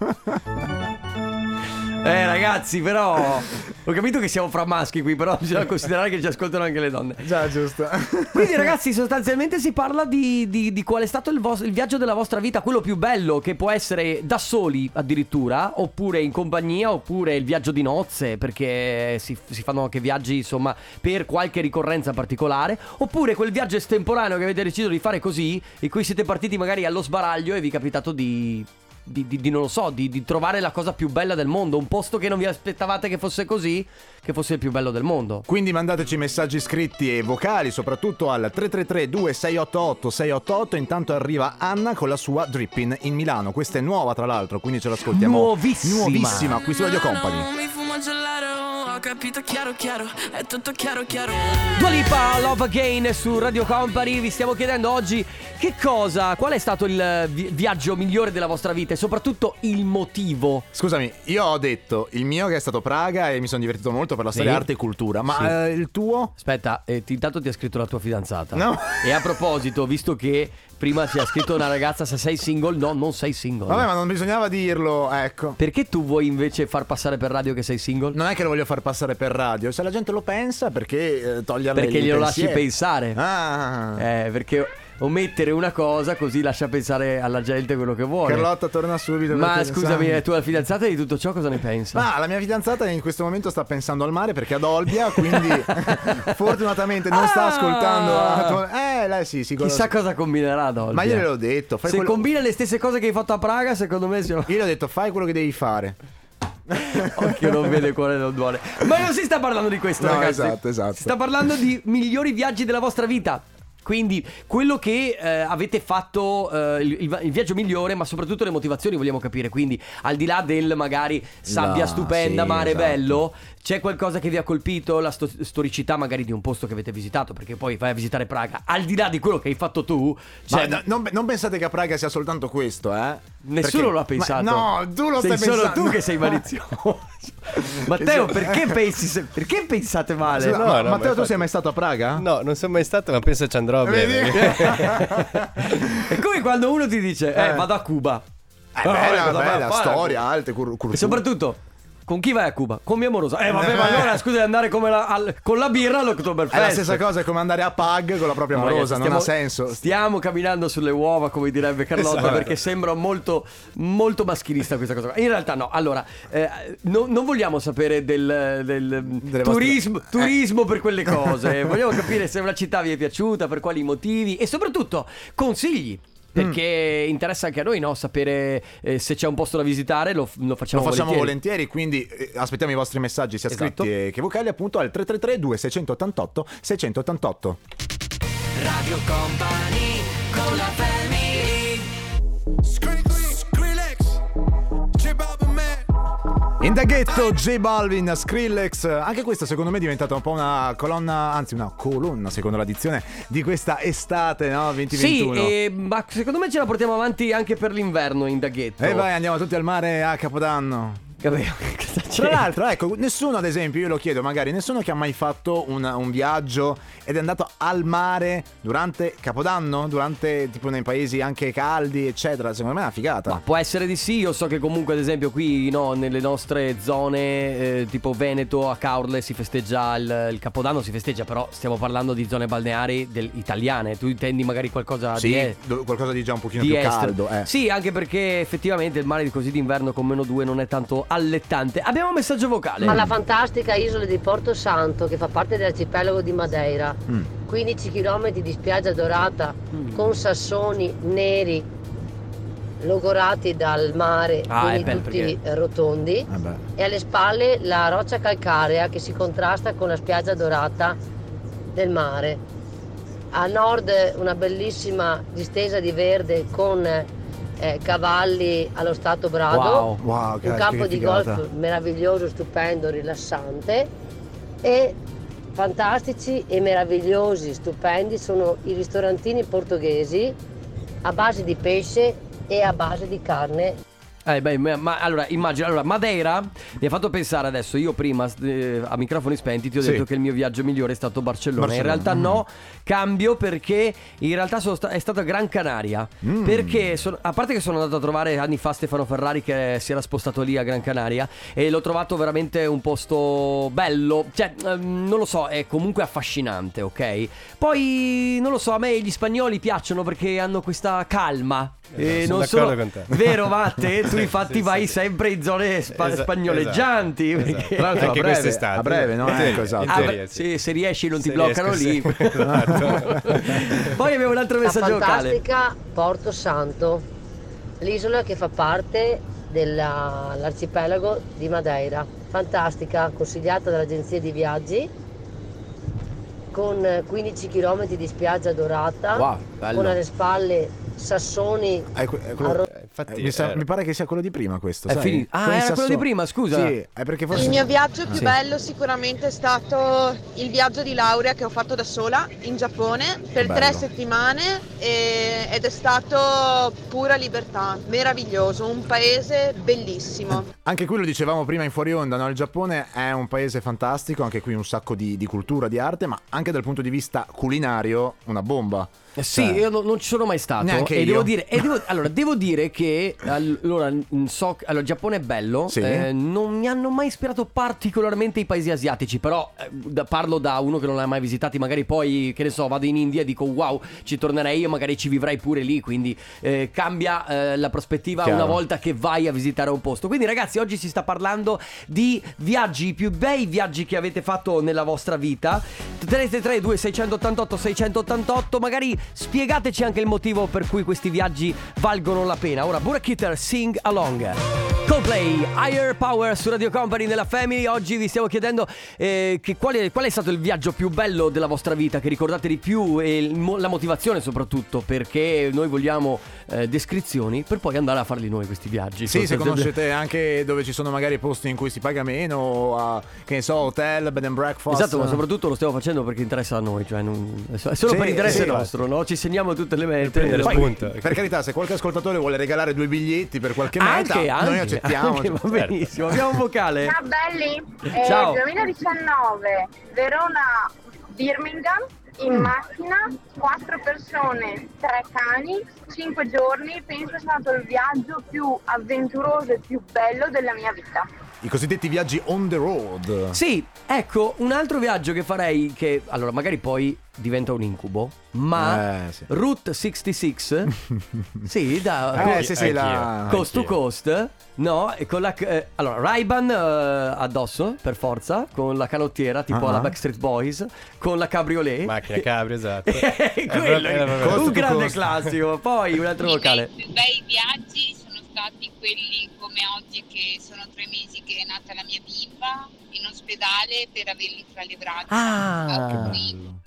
Speaker 1: Eh, ragazzi, però. Ho capito che siamo fra maschi qui, però bisogna considerare che ci ascoltano anche le donne.
Speaker 2: Già, giusto.
Speaker 1: Quindi ragazzi sostanzialmente si parla di, di- di qual è stato il, vos- il viaggio della vostra vita, quello più bello che può essere da soli addirittura, oppure in compagnia, oppure il viaggio di nozze, perché si, si fanno anche viaggi insomma per qualche ricorrenza particolare, oppure quel viaggio estemporaneo che avete deciso di fare così, in cui siete partiti magari allo sbaraglio e vi è capitato di... Di, di- di- non lo so, di, di trovare la cosa più bella del mondo, un posto che non vi aspettavate che fosse così, che fosse il più bello del mondo.
Speaker 2: Quindi mandateci messaggi scritti e vocali, soprattutto al 333-2688-688. Intanto arriva Anna con la sua Drippin in Milano. Questa è nuova, tra l'altro, quindi ce l'ascoltiamo.
Speaker 1: Nuovissima.
Speaker 2: Nuovissima, qui su Radio Company.
Speaker 9: Mi fumo gelato ho capito chiaro chiaro, è tutto chiaro chiaro.
Speaker 1: Dua Lipa, Love Again su Radio Company. Vi stiamo chiedendo oggi che cosa, qual è stato il eh, vi- viaggio migliore della vostra vita e soprattutto il motivo.
Speaker 2: Scusami, io ho detto il mio che è stato Praga e mi sono divertito molto per la storia
Speaker 1: Sì.
Speaker 2: arte e cultura, ma
Speaker 1: Sì.
Speaker 2: eh, il tuo?
Speaker 1: Aspetta, eh, ti- intanto ti ha scritto la tua fidanzata.
Speaker 2: No.
Speaker 1: E a proposito, visto che prima si è scritto una ragazza se sei single, no, non sei single.
Speaker 2: Vabbè, ma non bisognava dirlo, ecco.
Speaker 1: Perché tu vuoi invece far passare per radio che sei single?
Speaker 2: Non è che lo voglio far passare per radio, se la gente lo pensa perché eh, toglierle
Speaker 1: Perché
Speaker 2: il
Speaker 1: glielo lasci
Speaker 2: pensiero.
Speaker 1: pensare.
Speaker 2: Ah.
Speaker 1: Eh, perché omettere una cosa così lascia pensare alla gente quello che vuole.
Speaker 2: Carlotta torna subito.
Speaker 1: Ma
Speaker 2: perché-
Speaker 1: scusami,
Speaker 2: sa-
Speaker 1: eh, tu la fidanzata di tutto ciò cosa ne pensa?
Speaker 2: Ma la mia fidanzata in questo momento sta pensando al mare perché è ad Olbia, quindi fortunatamente non sta
Speaker 1: Ah.
Speaker 2: ascoltando. la tua- Eh, lei sì, sì. quello-
Speaker 1: Chissà cosa combinerà ad oggi. eh.
Speaker 2: Ma io gliel'ho detto.
Speaker 1: Se
Speaker 2: Fai quello...
Speaker 1: combina le stesse cose che hai fatto a Praga, secondo me siamo...
Speaker 2: Io le ho detto, fai quello che devi fare.
Speaker 1: Occhio non vede, cuore non duole. Ma non si sta parlando di questo,
Speaker 2: No,
Speaker 1: ragazzi.
Speaker 2: esatto, esatto.
Speaker 1: Si sta parlando di migliori viaggi della vostra vita. Quindi, quello che eh, avete fatto, eh, il, il- il viaggio migliore, ma soprattutto le motivazioni vogliamo capire. Quindi, al di là del magari sabbia
Speaker 2: No,
Speaker 1: stupenda,
Speaker 2: sì,
Speaker 1: mare
Speaker 2: esatto.
Speaker 1: bello, c'è qualcosa che vi ha colpito, la sto- storicità magari di un posto che avete visitato, perché poi vai a visitare Praga. Al di là di quello che hai fatto tu,
Speaker 2: Ma
Speaker 1: c'è
Speaker 2: no- non, non pensate che a Praga sia soltanto questo, eh?
Speaker 1: Cioè, Nessuno
Speaker 2: Perché-
Speaker 1: lo ha pensato.
Speaker 2: Ma no, tu lo
Speaker 1: sei
Speaker 2: stai pensando.
Speaker 1: solo tu che sei malizioso. Matteo,
Speaker 2: Che so-
Speaker 1: perché pensi se- perché pensate male?
Speaker 2: Scusa,
Speaker 4: No,
Speaker 2: ma-
Speaker 4: no,
Speaker 2: Matteo,
Speaker 4: ma
Speaker 2: tu
Speaker 4: infatti-
Speaker 2: sei mai stato a Praga?
Speaker 4: No, non sono mai stato, ma penso ci andrò
Speaker 2: Vedi?
Speaker 4: bene.
Speaker 1: È come quando uno ti dice "Eh, vado a Cuba".
Speaker 2: È
Speaker 1: Ah,
Speaker 2: Eh, bella,
Speaker 1: cosa vai a
Speaker 2: bella,
Speaker 1: fare?
Speaker 2: storia, alte, cur-
Speaker 1: E
Speaker 2: cultura.
Speaker 1: soprattutto con chi vai a Cuba? Con mia amorosa. Eh vabbè, ma
Speaker 2: Eh.
Speaker 1: allora scusa di andare come la- al- con la birra all'Octoberfest.
Speaker 2: È la stessa cosa come andare a Pag con la propria
Speaker 1: No,
Speaker 2: amorosa,
Speaker 1: ragazzi,
Speaker 2: non ha
Speaker 1: stiamo-
Speaker 2: senso. Esatto.
Speaker 1: Stiamo camminando sulle uova, come direbbe Carlotta, perché sembra molto, molto maschilista questa cosa. qua. In realtà, no. Allora, eh, no- non vogliamo sapere del, del
Speaker 2: Delle Eh.
Speaker 1: turismo,
Speaker 2: vostre-
Speaker 1: turismo per quelle cose. vogliamo capire se una città vi è piaciuta, per quali motivi e soprattutto consigli.
Speaker 2: Mm.
Speaker 1: Perché interessa anche a noi no? sapere eh, se c'è un posto da visitare, lo, lo
Speaker 2: Lo
Speaker 1: facciamo,
Speaker 2: facciamo volentieri, quindi eh, aspettiamo i vostri messaggi sia
Speaker 1: Esatto.
Speaker 2: scritti eh, che vocali appunto al 333 2688 688.
Speaker 3: Radio Company con la family
Speaker 2: In the ghetto J Balvin, Skrillex, anche questa secondo me è diventata un po' una colonna, anzi una colonna secondo la dizione di questa estate, no? 2021.
Speaker 1: Sì, eh, e- ma secondo me ce la portiamo avanti anche per l'inverno in Daghetto.
Speaker 2: E Eh, vai, andiamo tutti al mare a Capodanno.
Speaker 1: Vabbè, cosa c'è?
Speaker 2: Tra l'altro, ecco, nessuno, ad esempio, io lo chiedo magari, nessuno che ha mai fatto un, un viaggio ed è andato al mare durante Capodanno, durante tipo nei paesi anche caldi, eccetera. Secondo me è una figata.
Speaker 1: Ma può essere di sì, io so che comunque ad esempio qui no, nelle nostre zone eh, tipo Veneto, a Caorle si festeggia il, il Capodanno, si festeggia però stiamo parlando di zone balneari del- italiane, tu intendi magari qualcosa
Speaker 2: sì,
Speaker 1: di, est-
Speaker 2: do- qualcosa di già un pochino
Speaker 1: di
Speaker 2: più
Speaker 1: est.
Speaker 2: caldo. Eh.
Speaker 1: Sì, anche perché effettivamente il mare così d'inverno con meno 2 non è tanto allettante. Abbiamo un messaggio vocale.
Speaker 10: Alla fantastica isola di Porto Santo, che fa parte dell'arcipelago di Madeira,
Speaker 2: Mm.
Speaker 10: 15 km di spiaggia dorata
Speaker 1: Mm.
Speaker 10: con sassoni neri logorati dal mare,
Speaker 1: Ah, è
Speaker 10: quindi
Speaker 1: bello
Speaker 10: tutti rotondi,
Speaker 2: Vabbè.
Speaker 10: e alle spalle la roccia calcarea che si contrasta con la spiaggia dorata del mare. A nord una bellissima distesa di verde con eh, cavalli allo stato
Speaker 1: Wow.
Speaker 10: brado
Speaker 2: Wow, Ah, che-
Speaker 10: un
Speaker 2: che
Speaker 10: campo di
Speaker 2: figata.
Speaker 10: golf meraviglioso, stupendo, rilassante e fantastici e meravigliosi, stupendi sono i ristorantini portoghesi a base di pesce e a base di carne
Speaker 1: Eh beh, ma, ma- allora immagino, allora Madeira mi ha fatto pensare adesso, io prima eh, a microfoni spenti ti ho
Speaker 2: Sì.
Speaker 1: detto che il mio viaggio migliore è stato Barcellona,
Speaker 2: Barcellona,
Speaker 1: in realtà
Speaker 2: mm.
Speaker 1: no, cambio perché in realtà sono sta- è stata Gran Canaria,
Speaker 2: Mm.
Speaker 1: perché sono- a parte che sono andato a trovare anni fa Stefano Ferrari che si era spostato lì a Gran Canaria e l'ho trovato veramente un posto bello, cioè ehm, non lo so, è comunque affascinante, ok? Poi non lo so, a me gli spagnoli piacciono perché hanno questa calma.
Speaker 4: Eh,
Speaker 1: e
Speaker 4: sono
Speaker 1: non
Speaker 4: d'accordo
Speaker 1: sono
Speaker 4: con te.
Speaker 1: Vero Matte? Tu
Speaker 4: Sì,
Speaker 1: infatti
Speaker 4: sì,
Speaker 1: vai
Speaker 4: sì.
Speaker 1: sempre in zone spa-
Speaker 4: Esa-
Speaker 1: spagnoleggianti.
Speaker 4: esatto,
Speaker 1: perché-
Speaker 4: esatto.
Speaker 2: Tra l'altro,
Speaker 4: Anche
Speaker 2: a breve-
Speaker 4: quest'estate.
Speaker 2: a breve, no?
Speaker 4: In teoria,
Speaker 2: Ecco, esatto.
Speaker 4: in
Speaker 1: Ah,
Speaker 4: teoria,
Speaker 1: beh,
Speaker 4: sì.
Speaker 1: se, se riesci non ti
Speaker 4: Se
Speaker 1: bloccano
Speaker 4: riesco,
Speaker 1: lì.
Speaker 4: sì. Esatto.
Speaker 1: Poi abbiamo un altro
Speaker 10: la
Speaker 1: messaggio vocale.
Speaker 10: fantastica Porto Santo l'isola che fa parte dell'arcipelago di Madeira fantastica, consigliata dall'agenzia di viaggi con eh, 15 km di spiaggia dorata
Speaker 1: Wow, bello.
Speaker 10: con alle spalle sassoni
Speaker 2: È que- è quello-
Speaker 10: arro-
Speaker 4: Eh, infatti,
Speaker 2: Eh, mi, sa-
Speaker 4: eh,
Speaker 2: mi pare che sia quello di prima questo.
Speaker 1: È
Speaker 2: sai?
Speaker 1: finito. Ah,
Speaker 2: Con i
Speaker 1: era
Speaker 2: sassoloni.
Speaker 1: quello di prima, scusa.
Speaker 2: Sì, è perché forse...
Speaker 11: Il mio viaggio più
Speaker 1: Sì.
Speaker 11: bello sicuramente è stato il viaggio di laurea che ho fatto da sola in Giappone per
Speaker 2: Bello.
Speaker 11: tre settimane e- ed è stato pura libertà, meraviglioso, un paese bellissimo.
Speaker 2: Anche qui lo dicevamo prima in fuori onda, no? il Giappone è un paese fantastico, anche qui un sacco di, di cultura, di arte, ma anche dal punto di vista culinario una bomba.
Speaker 1: Eh Sì,
Speaker 2: Cioè,
Speaker 1: io no- non ci sono mai stato.
Speaker 2: Neanche
Speaker 1: e
Speaker 2: io.
Speaker 1: devo dire, e devo- allora, devo dire che allora, mh, so, che- allora, il Giappone è bello,
Speaker 2: Sì.
Speaker 1: eh, non mi hanno mai ispirato particolarmente i paesi asiatici, però eh, da- parlo da uno che non l'ha mai visitati, magari poi, che ne so, vado in India e dico wow, ci tornerei io, magari ci vivrai pure lì, quindi eh, cambia eh, la prospettiva
Speaker 2: Chiaro.
Speaker 1: una volta che vai a visitare un posto. Quindi ragazzi, oggi si sta parlando di viaggi, i più bei viaggi che avete fatto nella vostra vita. 332 688 688, magari spiegateci anche il motivo per cui questi viaggi valgono la pena. Ora, Burakitter, sing along. Coldplay, Higher Power su Radio Company nella Family. Oggi vi stiamo chiedendo eh, che qual, è, qual è stato il viaggio più bello della vostra vita, che ricordate di più e il mo- la motivazione soprattutto, perché noi vogliamo eh, descrizioni per poi andare a farli noi questi viaggi.
Speaker 2: Sì, se conoscete anche dove ci sono magari posti in cui si paga meno, o, ah, che ne so, hotel, bed and breakfast.
Speaker 1: Esatto, ma soprattutto lo stiamo facendo perché interessa a noi, cioè non- è solo
Speaker 2: Sì,
Speaker 1: per interesse
Speaker 2: sì.
Speaker 1: nostro, no? Ci segniamo tutte le mete.
Speaker 4: prendere
Speaker 1: Poi-
Speaker 4: spunto.
Speaker 2: Per carità, se qualche ascoltatore vuole regalare due biglietti per qualche meta,
Speaker 1: Anche, anche,
Speaker 2: noi accettiamo. cioè,
Speaker 1: anche, va
Speaker 4: certo.
Speaker 1: benissimo. Abbiamo un vocale.
Speaker 12: Ciao belli, Eh,
Speaker 1: Ciao.
Speaker 12: 2019 Verona Birmingham in
Speaker 1: Mm.
Speaker 12: macchina, quattro persone, tre cani, cinque giorni, penso sia stato il viaggio più avventuroso e più bello della mia vita.
Speaker 2: I cosiddetti viaggi on the road.
Speaker 1: Sì, ecco, un altro viaggio che farei che allora magari poi diventa un incubo, ma
Speaker 2: Eh, sì.
Speaker 1: Route 66 Sì, da
Speaker 2: Eh, sì, sì,
Speaker 4: Anch'io,
Speaker 2: la...
Speaker 4: anch'io.
Speaker 1: coast to coast, no? E con la eh, allora Ray-Ban eh, addosso per forza, con la canottiera tipo
Speaker 2: Ah.
Speaker 1: alla Backstreet Boys, con la cabriolet.
Speaker 4: Macchina cabrio, esatto.
Speaker 1: Eh,
Speaker 4: Eh,
Speaker 1: quello,
Speaker 4: proprio- eh, proprio-
Speaker 2: Coast
Speaker 1: un
Speaker 2: to
Speaker 1: grande
Speaker 2: coast.
Speaker 1: classico. Poi un altro vocale.
Speaker 13: I miei più bei viaggi sono stati quelli come oggi che sono tre mesi che è nata la mia bimba in ospedale per averli tra le braccia.
Speaker 1: Ah,
Speaker 2: Bello.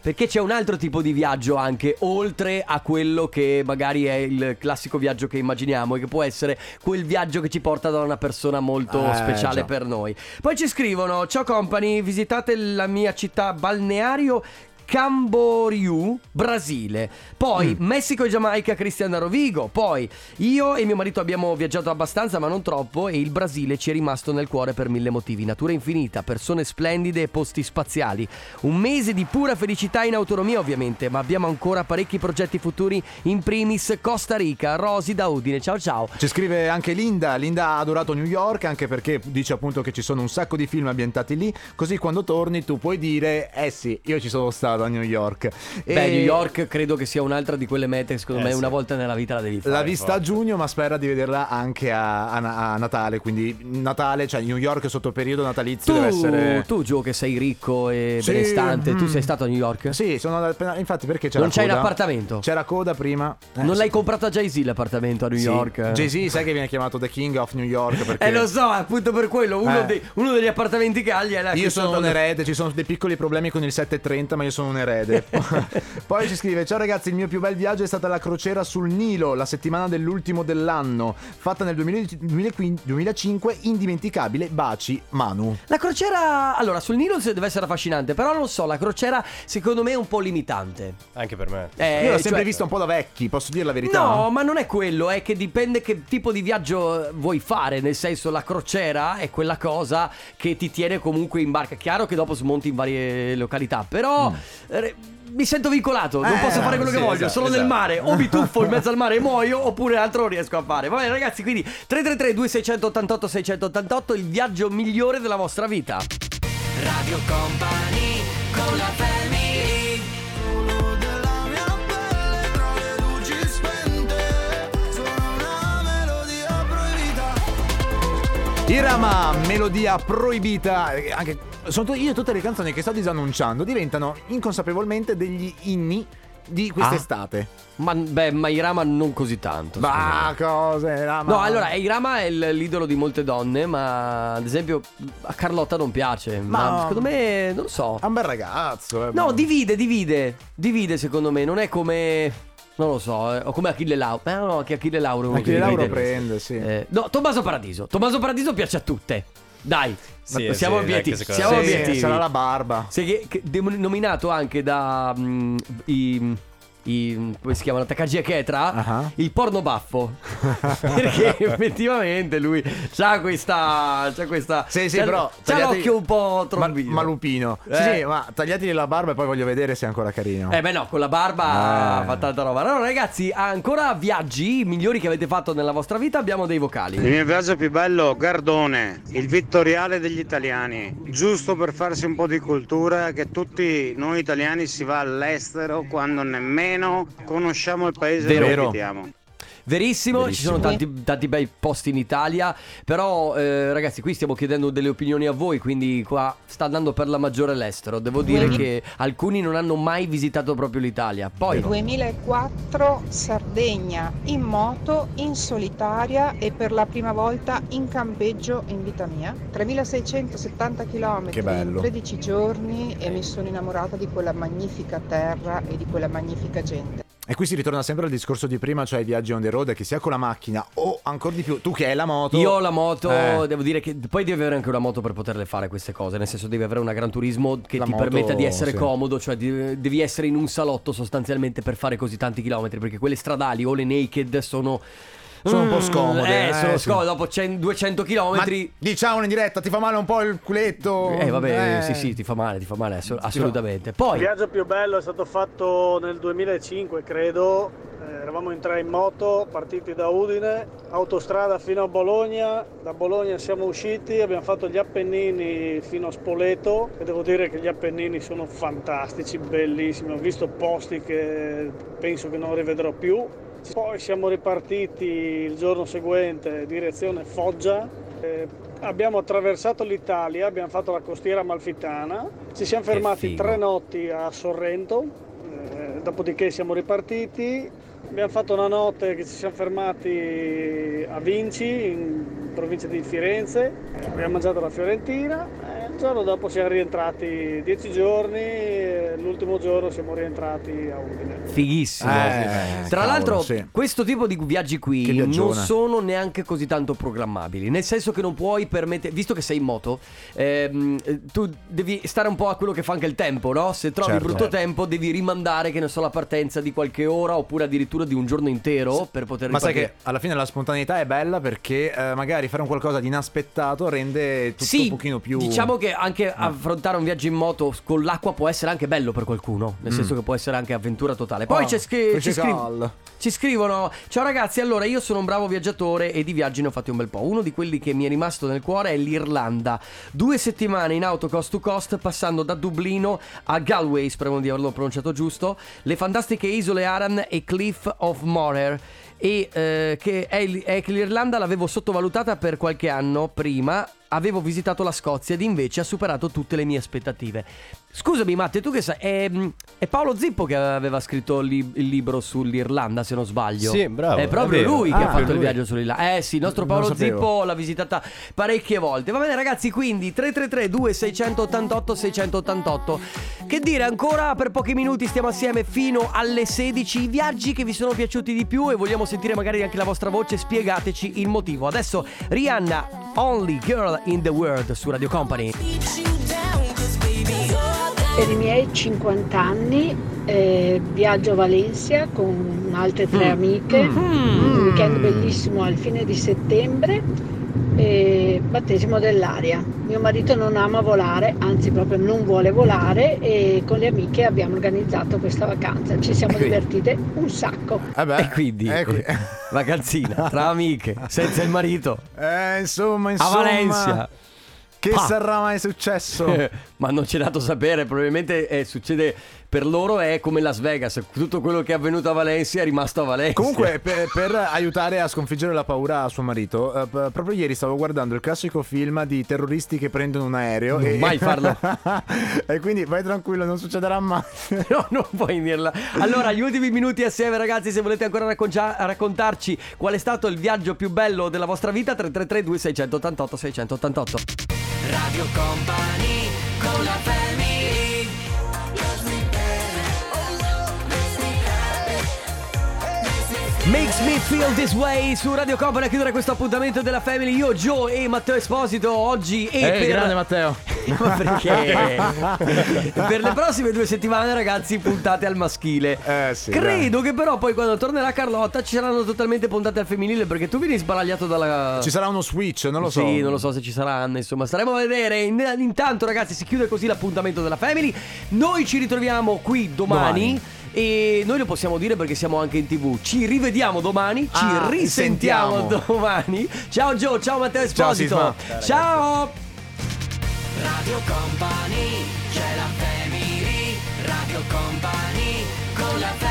Speaker 1: Perché c'è un altro tipo di viaggio anche, oltre a quello che magari è il classico viaggio che immaginiamo e che può essere quel viaggio che ci porta da una persona molto
Speaker 2: Eh,
Speaker 1: speciale
Speaker 2: già.
Speaker 1: per noi. Poi ci scrivono, ciao company, visitate la mia città balneario. Camboriú, Brasile, poi
Speaker 2: Mm.
Speaker 1: Messico e Giamaica, Cristiana Rovigo, poi io e mio marito abbiamo viaggiato abbastanza ma non troppo e il Brasile ci è rimasto nel cuore per mille motivi, natura infinita, persone splendide e posti spaziali, un mese di pura felicità in autonomia ovviamente, ma abbiamo ancora parecchi progetti futuri, in primis Costa Rica, Rosi da Udine, ciao ciao.
Speaker 2: Ci scrive anche Linda, Linda ha adorato New York anche perché dice appunto che ci sono un sacco di film ambientati lì, così quando torni tu puoi dire eh sì, io ci sono stato a New York.
Speaker 1: Beh, New York credo che sia un'altra di quelle mete che secondo
Speaker 4: Eh,
Speaker 1: me
Speaker 4: sì.
Speaker 1: una volta nella vita la devi fare.
Speaker 2: L'ha vista a giugno ma spera di vederla anche a, a- a Natale, quindi Natale, cioè New York sotto periodo natalizio
Speaker 1: Tu,
Speaker 2: deve essere...
Speaker 1: tu Gio che sei ricco e
Speaker 2: Sì,
Speaker 1: benestante, tu
Speaker 2: mm.
Speaker 1: sei stato a New York?
Speaker 2: Sì, sono andato appena... Infatti perché c'era
Speaker 1: Non c'hai
Speaker 2: coda?
Speaker 1: l'appartamento?
Speaker 2: C'era coda prima. Eh,
Speaker 1: Non
Speaker 2: sì.
Speaker 1: l'hai comprato a Jay-Z l'appartamento a New
Speaker 2: Sì.
Speaker 1: York?
Speaker 2: Jay-Z sai che viene chiamato The King of New York perché...
Speaker 1: Eh lo so, appunto per quello, uno,
Speaker 2: Eh.
Speaker 1: dei- uno degli appartamenti che ha gli era
Speaker 2: Io
Speaker 1: acquistato
Speaker 2: sono un
Speaker 1: Eh, da-
Speaker 2: erede, ci sono dei piccoli problemi con il 730, ma io sono un erede. Poi ci scrive: Ciao ragazzi, il mio più bel viaggio è stata la crociera sul Nilo, la settimana dell'ultimo dell'anno, fatta nel 2000 2015 2005, indimenticabile, baci Manu.
Speaker 1: La crociera, allora sul Nilo se- deve essere affascinante, però non lo so, la crociera secondo me è un po' limitante.
Speaker 4: Anche per me.
Speaker 1: Eh,
Speaker 2: io l'ho sempre
Speaker 1: cioè-
Speaker 2: vista un po' da vecchi, posso dire la verità?
Speaker 1: No, ma non è quello, è che dipende che tipo di viaggio eh, vuoi fare, nel senso la crociera è quella cosa che ti tiene comunque in barca, chiaro che dopo smonti in varie località, però eh, mi sento vincolato, non
Speaker 2: Eh,
Speaker 1: posso fare quello
Speaker 4: Mm. sì,
Speaker 1: che voglio,
Speaker 4: esatto,
Speaker 1: solo nel
Speaker 4: esatto.
Speaker 1: mare, o mi tuffo in mezzo al mare e muoio, oppure altro non riesco a fare. Va bene ragazzi, quindi 333 2688 688 il viaggio migliore della vostra vita. Radio Company con la
Speaker 2: Irama, melodia proibita. eh, Anche, sono tu- io tutte le canzoni che sto disannunciando diventano inconsapevolmente degli inni di quest'estate.
Speaker 1: Ma beh, ma Irama non così tanto. secondo me.
Speaker 2: Ma cose, Irama.
Speaker 1: Ah. No, allora, eh. Irama è il- l'idolo di molte donne, ma ad esempio a Carlotta non piace. Ma,
Speaker 2: Ma-
Speaker 1: secondo me, non lo so.
Speaker 2: È un bel ragazzo. eh.
Speaker 1: No, divide, divide. Divide, secondo me. Non è come. Non lo so, eh, o come Achille Lauro. Eh, no, che Achille Lauro. è uno
Speaker 2: Achille
Speaker 1: che
Speaker 2: Lauro
Speaker 1: ride.
Speaker 2: prende, sì.
Speaker 1: Eh, no, Tommaso Paradiso. Tommaso Paradiso piace a tutte. Dai,
Speaker 4: Sì,
Speaker 1: ma siamo
Speaker 4: sì, dai,
Speaker 1: obiettivi.
Speaker 4: che secondo
Speaker 1: Siamo
Speaker 4: me- Sì,
Speaker 1: obiettivi.
Speaker 2: sarà la barba.
Speaker 1: Sì, che- che- dem- nominato anche da mm, i, i- come si chiamano Takagi e
Speaker 2: Ah.
Speaker 1: Ketra il porno baffo perché effettivamente lui c'ha questa c'ha questa
Speaker 2: Sì, sì,
Speaker 1: c'ha-
Speaker 2: però
Speaker 1: c'ha
Speaker 2: tagliati-
Speaker 1: l'occhio un po'
Speaker 2: Ma,
Speaker 1: trombino
Speaker 2: ma lupino. Sì,
Speaker 1: Eh.
Speaker 2: sì, ma tagliategli la barba e poi voglio vedere se è ancora carino.
Speaker 1: Eh beh no, con la barba
Speaker 2: Eh.
Speaker 1: fa tanta roba. Allora ragazzi, ancora viaggi migliori che avete fatto nella vostra vita, abbiamo dei vocali.
Speaker 14: Il mio viaggio più bello, Gardone, il vittoriale degli italiani, giusto per farsi un po' di cultura che tutti noi italiani si va all'estero quando nemmeno conosciamo il paese dove
Speaker 1: Vero.
Speaker 14: abitiamo.
Speaker 1: Verissimo, ci
Speaker 14: Verissimo.
Speaker 1: sono tanti, tanti bei posti in Italia, però eh, ragazzi qui stiamo chiedendo delle opinioni a voi, quindi qua sta andando per la maggiore l'estero. Devo dire
Speaker 15: Mhm.
Speaker 1: che alcuni non hanno mai visitato proprio l'Italia. Poi...
Speaker 15: 2004 Sardegna, in moto, in solitaria e per la prima volta in campeggio in vita mia. 3670 km,
Speaker 2: Che bello.
Speaker 15: 13 giorni e mi sono innamorata di quella magnifica terra e di quella magnifica gente.
Speaker 2: E qui si ritorna sempre al discorso di prima, cioè i viaggi on the road, che sia con la macchina o ancora di più, tu che hai la moto.
Speaker 1: Io ho la moto,
Speaker 2: Eh.
Speaker 1: devo dire che poi devi avere anche una moto per poterle fare queste cose, nel senso devi avere una Gran Turismo che
Speaker 2: La
Speaker 1: ti
Speaker 2: moto,
Speaker 1: permetta di essere
Speaker 2: sì.
Speaker 1: comodo, cioè di- devi essere in un salotto sostanzialmente per fare così tanti chilometri, perché quelle stradali o le naked sono...
Speaker 2: Sono un po'
Speaker 1: Mm,
Speaker 2: scomode,
Speaker 1: Eh,
Speaker 2: eh,
Speaker 1: sono
Speaker 2: sì.
Speaker 1: scomode, dopo 100 200
Speaker 2: Ma
Speaker 1: chilometri...
Speaker 2: diciamo in diretta, ti fa male un po' il culetto.
Speaker 1: Eh vabbè,
Speaker 2: Eh.
Speaker 1: sì sì, ti fa male, ti fa male ass- assolutamente. Poi
Speaker 16: Il viaggio più bello è stato fatto nel 2005, credo. Eh, eravamo in tre in moto, partiti da Udine, autostrada fino a Bologna. Da Bologna siamo usciti, abbiamo fatto gli Appennini fino a Spoleto. E devo dire che gli Appennini sono fantastici, bellissimi. Ho visto posti che penso che non rivedrò più. Poi siamo ripartiti il giorno seguente, direzione Foggia. Eh, abbiamo attraversato l'Italia, abbiamo fatto la costiera amalfitana, ci siamo
Speaker 1: Che
Speaker 16: fermati
Speaker 1: figo.
Speaker 16: tre notti a Sorrento, eh, dopodiché siamo ripartiti, abbiamo fatto una notte che ci siamo fermati a Vinci, in provincia di Firenze, abbiamo mangiato la Fiorentina e il giorno dopo siamo rientrati dieci giorni, e l'ultimo giorno siamo rientrati a Udine.
Speaker 1: Fighissimo.
Speaker 2: Eh,
Speaker 1: Tra
Speaker 2: cavolo,
Speaker 1: l'altro,
Speaker 2: sì.
Speaker 1: questo tipo di viaggi
Speaker 2: Che
Speaker 1: qui non
Speaker 2: viaggiona.
Speaker 1: sono neanche così tanto programmabili. Nel senso che non puoi permettere, visto che sei in moto, ehm, eh, tu devi stare un po' a quello che fa anche il tempo, no? Se trovi
Speaker 2: Certo.
Speaker 1: brutto tempo, devi rimandare, che ne so, la partenza di qualche ora oppure addirittura di un giorno intero per poter
Speaker 2: Ma sai
Speaker 1: ripartire.
Speaker 2: che alla fine la spontaneità è bella perché eh, magari fare un qualcosa di inaspettato rende tutto
Speaker 1: Sì,
Speaker 2: un pochino più...
Speaker 1: Diciamo che anche affrontare un viaggio in moto con l'acqua può essere anche bello per qualcuno, nel
Speaker 2: Mm.
Speaker 1: senso che può essere anche avventura totale. Poi
Speaker 2: Ah,
Speaker 1: c'è scri-
Speaker 2: che
Speaker 1: ci, scri-
Speaker 2: cical.
Speaker 1: ci scrivono: Ciao ragazzi, allora io sono un bravo viaggiatore e di viaggi ne ho fatti un bel po'. Uno di quelli che mi è rimasto nel cuore è l'Irlanda. Due settimane in auto cost to cost, passando da Dublino a Galway, spero di averlo pronunciato giusto, le fantastiche isole Aran e Cliff of Moher e eh, che, è, il- è che l'Irlanda l'avevo sottovalutata per qualche anno prima. Avevo visitato la Scozia ed invece ha superato tutte le mie aspettative. Scusami, Matte, tu che sai? È, è Paolo Zippo che aveva scritto li- il libro sull'Irlanda, se non sbaglio.
Speaker 4: Sì, bravo,
Speaker 1: È proprio
Speaker 4: è vero.
Speaker 1: lui che
Speaker 4: Ah,
Speaker 1: ha fatto
Speaker 4: lui.
Speaker 1: il viaggio sull'Irlanda. Eh sì, il nostro
Speaker 4: Non
Speaker 1: Paolo
Speaker 4: sapevo.
Speaker 1: Zippo l'ha visitata parecchie volte. Va bene, ragazzi, quindi 333-2688-688. Che dire, ancora per pochi minuti stiamo assieme fino alle 16. I viaggi che vi sono piaciuti di più e vogliamo sentire magari anche la vostra voce. Spiegateci il motivo. Adesso Rihanna, Only Girl in the World su Radio Company.
Speaker 17: Per i miei 50 anni eh, viaggio a Valencia con altre tre
Speaker 18: Mm.
Speaker 17: amiche, un weekend bellissimo al fine di settembre, e battesimo dell'aria. Mio marito non ama volare, anzi proprio non vuole volare e con le amiche abbiamo organizzato questa vacanza, ci siamo
Speaker 1: Quindi-
Speaker 17: divertite un sacco.
Speaker 2: Eh
Speaker 1: e quindi vacanzina tra amiche, senza il marito.
Speaker 2: Eh, insomma,
Speaker 1: A
Speaker 2: insomma...
Speaker 1: Valencia.
Speaker 2: Che
Speaker 1: Pa.
Speaker 2: sarà mai successo?
Speaker 4: Oh.
Speaker 1: Ma non c'è dato sapere, probabilmente eh, succede per loro è come Las Vegas, tutto quello che è avvenuto a Valencia è rimasto a Valencia.
Speaker 2: Comunque, per, per aiutare a sconfiggere la paura a suo marito, eh, p- proprio ieri stavo guardando il classico film di terroristi che prendono un aereo.
Speaker 1: Non
Speaker 2: e...
Speaker 1: mai farlo.
Speaker 2: e quindi vai tranquillo, non succederà mai.
Speaker 1: no, non puoi dirla. Allora, gli ultimi minuti assieme, ragazzi. Se volete ancora racconcia- raccontarci qual è stato il viaggio più bello della vostra vita, 333 688 688
Speaker 3: Radio Company con la family.
Speaker 1: Makes me feel this way su Radio Company a chiudere questo appuntamento della Family. Io, Joe e Matteo Esposito oggi e
Speaker 18: Eh,
Speaker 1: per...
Speaker 18: grande Matteo.
Speaker 1: Ma perché? per le prossime due settimane, ragazzi, puntate al maschile.
Speaker 2: Eh,
Speaker 1: Credo che però poi quando tornerà Carlotta ci saranno totalmente puntate al femminile perché tu vieni sbaragliato dalla...
Speaker 2: Ci sarà uno switch, non lo so.
Speaker 1: Ah. Sì, non lo so se ci sarà Anna, insomma, staremo a vedere. In- intanto, ragazzi, si chiude così l'appuntamento della Family. Noi ci ritroviamo qui domani.
Speaker 2: Domani.
Speaker 1: E noi lo possiamo dire perché siamo anche in tv. Ci rivediamo domani, ci
Speaker 2: Ah,
Speaker 1: risentiamo
Speaker 2: sentiamo.
Speaker 1: domani. Ciao Gio, ciao Matteo
Speaker 2: Ciao,
Speaker 1: Esposito.
Speaker 2: Sisma.
Speaker 1: ciao.
Speaker 3: Radio Company, c'è la family, Radio Company, con la family.